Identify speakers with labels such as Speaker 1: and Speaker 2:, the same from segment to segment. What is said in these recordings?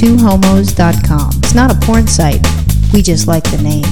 Speaker 1: twohomos.com. It's not a porn site. We just like the name.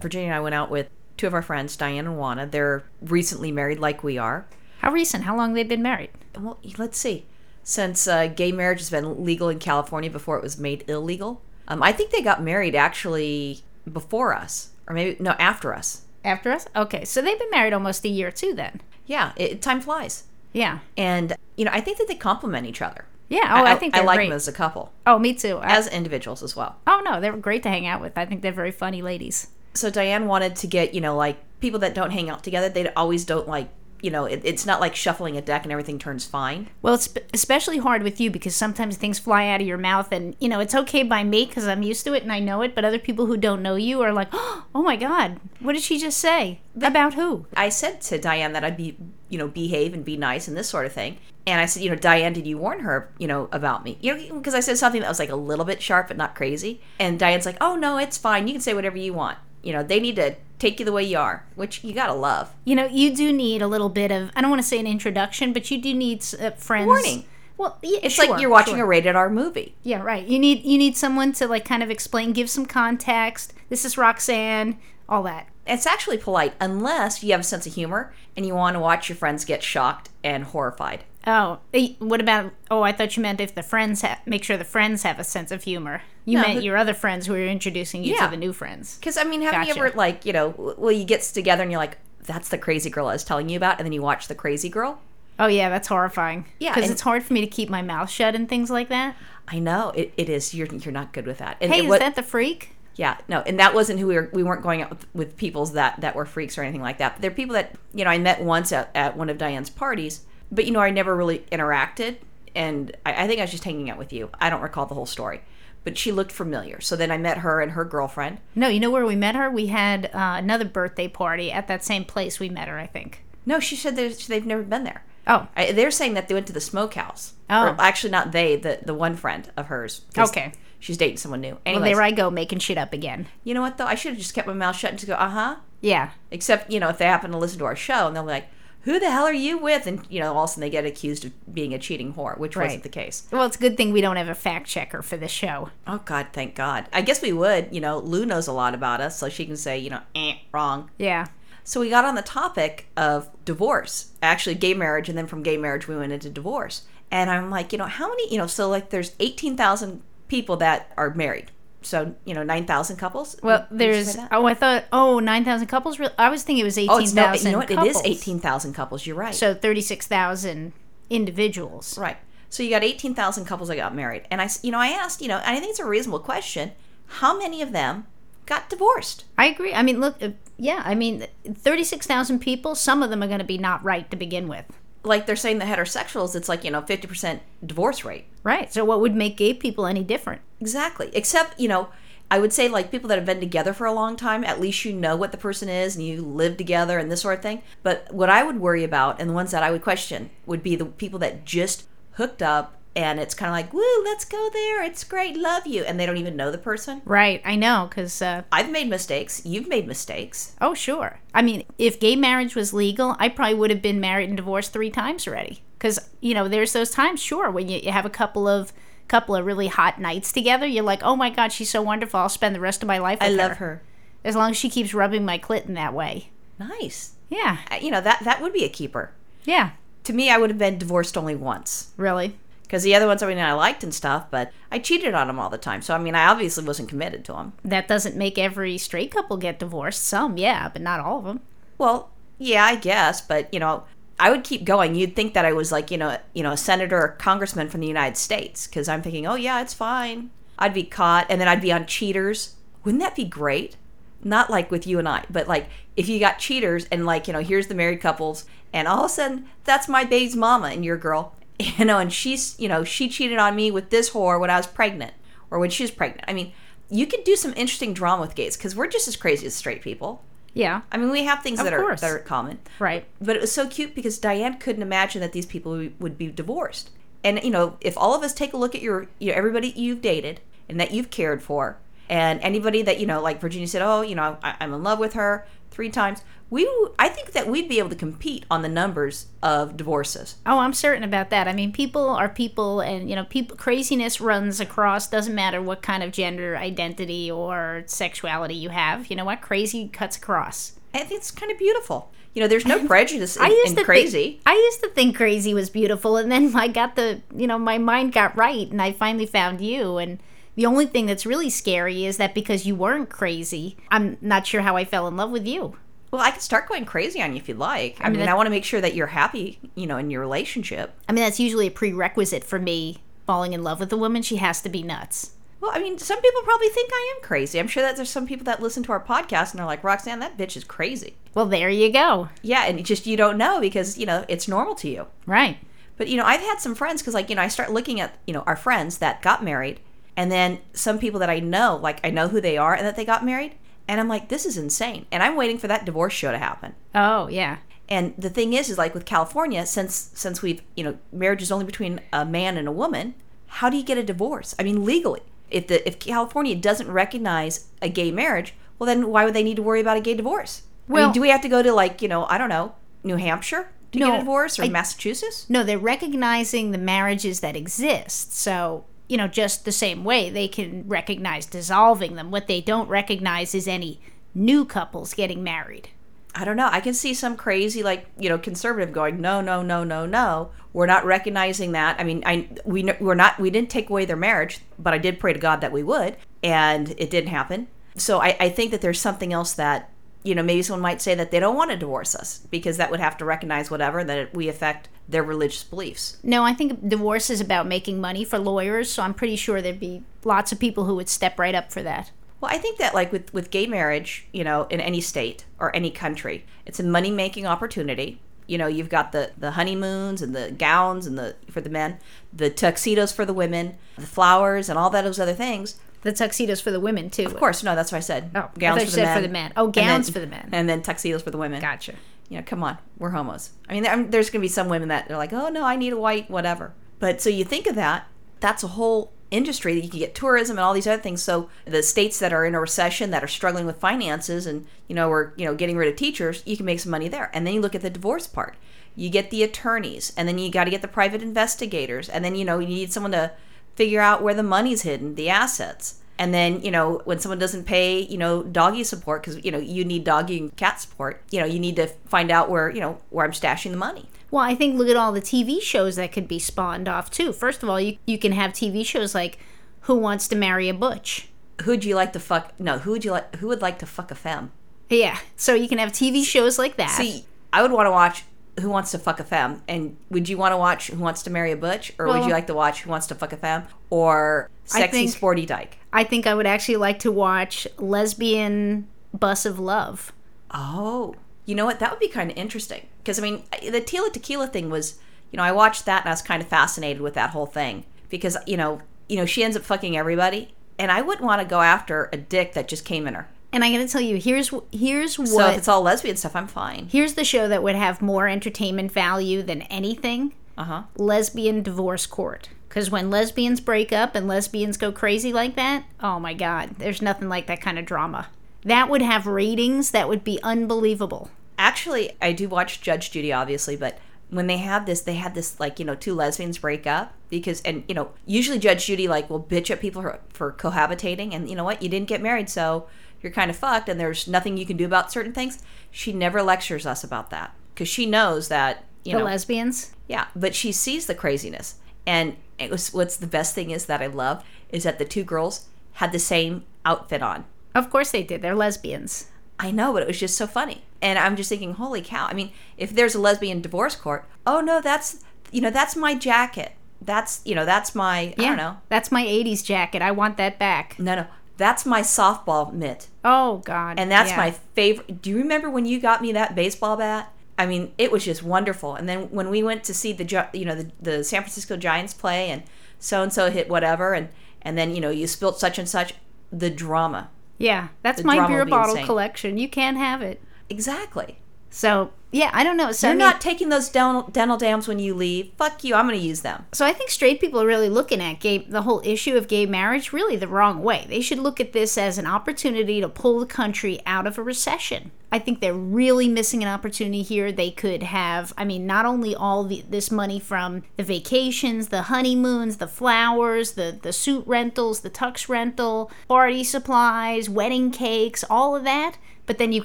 Speaker 2: Virginia and I went out with two of our friends, Diane and Juana. They're recently married, like we are.
Speaker 3: How recent? How long they've been married?
Speaker 2: Well, let's see. Since uh, gay marriage has been legal in California before it was made illegal, um, I think they got married actually before us, or maybe no after us.
Speaker 3: After us? Okay, so they've been married almost a year too then.
Speaker 2: Yeah, it, time flies,
Speaker 3: Yeah.
Speaker 2: and you know I think that they complement each other.
Speaker 3: Yeah. Oh, I, think
Speaker 2: I,
Speaker 3: they're
Speaker 2: like
Speaker 3: great.
Speaker 2: them as a couple,
Speaker 3: Oh, me too. I-
Speaker 2: as individuals as well.
Speaker 3: oh no, they're great to hang out with. I think they're very funny ladies.
Speaker 2: so Diane wanted to get you know like people that don't hang out together they always don't like you know it, it's not like shuffling a deck and everything turns fine
Speaker 3: Well, it's especially hard with you because sometimes things fly out of your mouth, and you know it's okay by me because I'm used to it and I know it. But other people who don't know you are like, "Oh my God, what did she just say about who?"
Speaker 2: i said to diane that i'd be you know behave and be nice and this sort of thing and i said you know diane did you warn her you know about me you know because i said something that was like a little bit sharp but not crazy and diane's like oh no it's fine you can say whatever you want you know they need to take you the way you are which you gotta love
Speaker 3: You know, you do need a little bit of I don't want to say an introduction, but you do need uh, friends.
Speaker 2: Warning.
Speaker 3: Well, yeah,
Speaker 2: it's like you're watching a rated r movie
Speaker 3: Yeah, right. You need you need someone to like kind of explain, give some context. This is Roxanne, all that.
Speaker 2: it's actually polite unless you have a sense of humor and you want to watch your friends get shocked and horrified
Speaker 3: Oh, eh, what about? Oh, I thought you meant if the friends ha- make sure the friends have a sense of humor. You
Speaker 2: No,
Speaker 3: meant
Speaker 2: but-
Speaker 3: your other friends who are introducing you
Speaker 2: Yeah.
Speaker 3: to the new friends.
Speaker 2: Because I mean, have you
Speaker 3: Gotcha.
Speaker 2: ever like you know, w- well, you get together and you're like, that's the crazy girl I was telling you about, and then you watch the crazy girl.
Speaker 3: Oh yeah, that's horrifying.
Speaker 2: Yeah,
Speaker 3: because
Speaker 2: and-
Speaker 3: it's hard for me to keep my mouth shut and things like that.
Speaker 2: I know it, it is. You're you're not good with that. And
Speaker 3: Hey,
Speaker 2: it
Speaker 3: is
Speaker 2: wa-
Speaker 3: that the freak?
Speaker 2: yeah, no, and that wasn't who we were. We weren't going out with, with people's that that were freaks or anything like that. But they're people that you know I met once at, at one of Diane's parties, but you know I never really interacted, and I, I think I was just hanging out with you. I don't recall the whole story, but she looked familiar. So then I met her and her girlfriend.
Speaker 3: No, you know where we met her? We had uh, another birthday party at that same place we met her. I think.
Speaker 2: No, she said there's- they've never been there.
Speaker 3: Oh,
Speaker 2: I, they're saying that they went to the smokehouse.
Speaker 3: Oh.
Speaker 2: Or actually, not they. The the one friend of hers. 'cause
Speaker 3: Okay.
Speaker 2: She's dating someone new.
Speaker 3: well,
Speaker 2: Anyways,
Speaker 3: there I go making shit up again.
Speaker 2: you know what though? I should have just kept my mouth shut and just go, uh huh.
Speaker 3: Yeah,
Speaker 2: Except you know if they happen to listen to our show and they'll be like, who the hell are you with? And you know all of a sudden they get accused of being a cheating whore, which wasn't
Speaker 3: Right.
Speaker 2: the case.
Speaker 3: Well, it's a good thing we don't have a fact checker for this show.
Speaker 2: Oh God, thank God. I guess we would. You know, Lou knows a lot about us, so she can say you know, eh, wrong.
Speaker 3: Yeah.
Speaker 2: So we got on the topic of divorce, actually gay marriage, and then from gay marriage we went into divorce. And I'm like, you know, how many, you know, so like there's 18,000 people that are married. So, you know, 9,000 couples.
Speaker 3: Well,
Speaker 2: Did you
Speaker 3: there's.
Speaker 2: say that?
Speaker 3: Oh, I thought. Oh, 9,000 couples? Real- I was thinking it was
Speaker 2: Oh, it's
Speaker 3: 18,000.
Speaker 2: no, you know what? It is
Speaker 3: couples.
Speaker 2: 18,000 couples. You're right.
Speaker 3: So 36,000 individuals.
Speaker 2: right. So you got 18,000 couples that got married. And I, s- you know, I asked, you know, and I think it's a reasonable question how many of them got divorced?
Speaker 3: I agree. I mean, look, uh, yeah, I mean, 36,000 people, some of them are going to be not right to begin with.
Speaker 2: Like they're saying the heterosexuals, it's like, you know, 50% divorce rate.
Speaker 3: Right. So what would make gay people any different?
Speaker 2: Exactly. Except, you know, I would say like people that have been together for a long time, at least you know what the person is and you live together and this sort of thing. But what I would worry about and the ones that I would question would be the people that just hooked up and it's kind of like, woo, let's go there. It's great. Love you. And they don't even know the person.
Speaker 3: Right. I know, because, uh,
Speaker 2: I've made mistakes. You've made mistakes.
Speaker 3: oh, sure. I mean, if gay marriage was legal, I probably would have been married and divorced three times already. Because, you know, there's those times, sure, when you, you have a couple of couple of really hot nights together you're like oh my god she's so wonderful i'll spend the rest of my life
Speaker 2: I
Speaker 3: with
Speaker 2: love her.
Speaker 3: as long as she keeps rubbing my clit in that way.
Speaker 2: Nice.
Speaker 3: Yeah.
Speaker 2: I- You know, that, that would be a keeper.
Speaker 3: Yeah.
Speaker 2: To me, I would have been divorced only once.
Speaker 3: Really?
Speaker 2: Because the other ones, I mean, I liked and stuff, but I cheated on them all the time. So, I mean, I obviously wasn't committed to them.
Speaker 3: That doesn't make every straight couple get divorced. Some, yeah, but not all of them.
Speaker 2: Well, yeah, I guess, but you know, I would keep going. You'd think that I was like, you know, you know, a senator or congressman from the United States because I'm thinking, oh yeah, it's fine. I'd be caught, and then I'd be on cheaters. Wouldn't that be great? Not like with you and I, but like if you got cheaters and like you know, here's the married couples, and all of a sudden that's my baby's mama and your girl, you know, and she's you know she cheated on me with this whore when I was pregnant or when she was pregnant. I mean, you could do some interesting drama with gays because we're just as crazy as straight people.
Speaker 3: Yeah.
Speaker 2: I mean, we have things that are
Speaker 3: course.
Speaker 2: that are common,
Speaker 3: Right.
Speaker 2: but it was so cute because Diane couldn't imagine that these people would be divorced. And you know, if all of us take a look at your, you know, everybody you've dated and that you've cared for, and anybody that you know, like Virginia said, oh, you know, I, I'm in love with her three times. we I think that we'd be able to compete on the numbers of divorces.
Speaker 3: Oh, I'm certain about that. I mean, people are people, and you know, people craziness runs across. Doesn't matter what kind of gender identity or sexuality you have. You know what? Crazy cuts across.
Speaker 2: I think it's kind of beautiful. You know, there's no prejudice in,
Speaker 3: I used
Speaker 2: in
Speaker 3: to
Speaker 2: crazy.
Speaker 3: Think, I used to think crazy was beautiful, and then I got the you know my mind got right, and I finally found you. And the only thing that's really scary is that because you weren't crazy, I'm not sure how I fell in love with you.
Speaker 2: well, I can start going crazy on you if you'd like. I, mean,
Speaker 3: that-
Speaker 2: I want to make sure that you're happy, you know, in your relationship.
Speaker 3: I mean, that's usually a prerequisite for me falling in love with a woman. She has to be nuts.
Speaker 2: Well, I mean, some people probably think I am crazy. I'm sure that there's some people that listen to our podcast and they're like, Roxanne, that bitch is crazy.
Speaker 3: Well, there you go.
Speaker 2: Yeah, and it just you don't know because, you know, it's normal to you.
Speaker 3: Right.
Speaker 2: But, you know, I've had some friends because, like, you know, I start looking at, you know, our friends that got married and then some people that I know, like, I know who they are and that they got married. And I'm like, this is insane. And I'm waiting for that divorce show to happen.
Speaker 3: Oh, yeah.
Speaker 2: And the thing is, is like with California, since since we've you know marriage is only between a man and a woman, how do you get a divorce? I mean, legally, if the if California doesn't recognize a gay marriage, well, then why would they need to worry about a gay divorce? I
Speaker 3: Well-
Speaker 2: mean, do we have to go to like you know I don't know New Hampshire to get
Speaker 3: No,
Speaker 2: a divorce or
Speaker 3: I-
Speaker 2: Massachusetts?
Speaker 3: No, they're recognizing the marriages that exist. So, you know, just the same way they can recognize dissolving them. What they don't recognize is any new couples getting married.
Speaker 2: I don't know. I can see some crazy like you know conservative going no no no no no we're not recognizing that. I mean I we kn- we're not we didn't take away their marriage, but I did pray to God that we would, and it didn't happen. So I, I think that there's something else that you know maybe someone might say that they don't want to divorce us because that would have to recognize whatever that it, we affect their religious beliefs.
Speaker 3: No, I think divorce is about making money for lawyers, so I'm pretty sure there'd be lots of people who would step right up for that.
Speaker 2: Well, I think that like with with gay marriage, you know, in any state or any country, it's a money making opportunity. You know, you've got the the honeymoons and the gowns and the for the men, the tuxedos for the women, the flowers and all that those other things.
Speaker 3: The tuxedos for the women, too.
Speaker 2: Of course, no, that's what I said.
Speaker 3: Oh, I thought you said for the men. Oh,
Speaker 2: And then-
Speaker 3: gowns for the men.
Speaker 2: and then tuxedos for the women.
Speaker 3: Gotcha.
Speaker 2: You know, come on, we're homos. I mean, there- I'm, there's going to be some women that are like, oh no, I need a white whatever. But so you think of that, that's a whole industry that you can get tourism and all these other things. So the states that are in a recession that are struggling with finances and you know we're you know getting rid of teachers, you can make some money there. And then you look at the divorce part. You get the attorneys, and then you got to get the private investigators, and then you know you need someone to figure out where the money's hidden, the assets. And then, you know, when someone doesn't pay, you know, doggy support, because, you know, you need doggy and cat support, you know, you need to find out where, you know, where I'm stashing the money.
Speaker 3: Well, I think look at all the TV shows that could be spawned off too. First of all, you you can have TV shows like Who Wants to Marry a Butch?
Speaker 2: Who'd you like to fuck? No, who would you like? Who would like to fuck a femme?
Speaker 3: Yeah. So you can have TV shows like that.
Speaker 2: See, I would want to watch Who Wants to Fuck a Femme. And would you want to watch Who Wants to Marry a Butch? Or would
Speaker 3: Well-
Speaker 2: you like to watch Who Wants to Fuck a Femme? Or Sexy
Speaker 3: think-
Speaker 2: Sporty Dyke?
Speaker 3: I think I would actually like to watch Lesbian Bus of Love.
Speaker 2: Oh, you know what? That would be kind of interesting because I mean, I- the Tila Tequila thing was, you know, I watched that and I was kind of fascinated with that whole thing because you know, you know, she ends up fucking everybody, and I wouldn't want to go after a dick that just came in her.
Speaker 3: And I got to tell you, here's wh- here's what
Speaker 2: So if it's all lesbian stuff, I'm fine.
Speaker 3: here's the show that would have more entertainment value than anything.
Speaker 2: Uh huh.
Speaker 3: Lesbian Divorce Court. Because when lesbians break up and lesbians go crazy like that, oh my God, there's nothing like that kind of drama. That would have ratings that would be unbelievable.
Speaker 2: Actually, I do watch Judge Judy, obviously, but when they have this, they had this like you know two lesbians break up because and you know usually Judge Judy like will bitch at people for, for cohabitating and you know what you didn't get married so you're kind of fucked and there's nothing you can do about certain things. She never lectures us about that because she knows that you
Speaker 3: The
Speaker 2: know
Speaker 3: lesbians?
Speaker 2: yeah, but she sees the craziness. And it was what's the best thing is that I love is that the two girls had the same outfit on.
Speaker 3: Of course they did. They're lesbians.
Speaker 2: I know, but it was just so funny. And I'm just thinking, holy cow. I mean, if there's a lesbian divorce court, oh no, that's you know, that's my jacket. That's you know, that's my I don't know.
Speaker 3: That's my 80s jacket. I want that back.
Speaker 2: No, no. That's my softball mitt.
Speaker 3: Oh God.
Speaker 2: And that's
Speaker 3: Yeah.
Speaker 2: my favorite. Do you remember when you got me that baseball bat? I mean, it was just wonderful. And then when we went to see the Gi- you know the, the San Francisco Giants play, and so and so hit whatever, and and then you know you spilt such and such, the drama.
Speaker 3: Yeah, that's
Speaker 2: The
Speaker 3: my
Speaker 2: drama
Speaker 3: beer
Speaker 2: will be
Speaker 3: bottle
Speaker 2: insane.
Speaker 3: collection. You can't have it.
Speaker 2: Exactly.
Speaker 3: So yeah, I don't know. So I
Speaker 2: You're
Speaker 3: mean-
Speaker 2: not taking those dental, dental dams when you leave. Fuck you. I'm going to use them.
Speaker 3: So I think straight people are really looking at gay the whole issue of gay marriage really the wrong way. They should look at this as an opportunity to pull the country out of a recession. I think they're really missing an opportunity here. They could have, I mean, not only all the, this money from the vacations, the honeymoons, the flowers, the the suit rentals, the tux rental, party supplies, wedding cakes, all of that. But then you've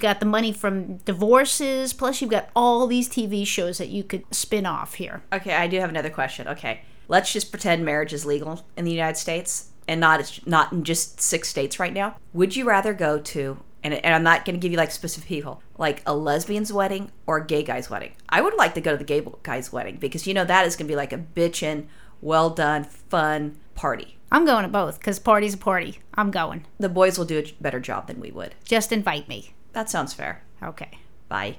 Speaker 3: got the money from divorces, plus you've got all these TV shows that you could spin off here.
Speaker 2: Okay, I do have another question. Okay, let's just pretend marriage is legal in the United States and not it's not in just six states right now. Would you rather go to and, and I'm not going to give you like specific people, like a lesbian's wedding or a gay guy's wedding. I would like to go to the gay guy's wedding because you know that is going to be like a bitchin', well done, fun party.
Speaker 3: I'm going to both because party's a party. I'm going.
Speaker 2: The boys will do a better job than we would.
Speaker 3: Just invite me.
Speaker 2: That sounds fair.
Speaker 3: Okay.
Speaker 2: Bye.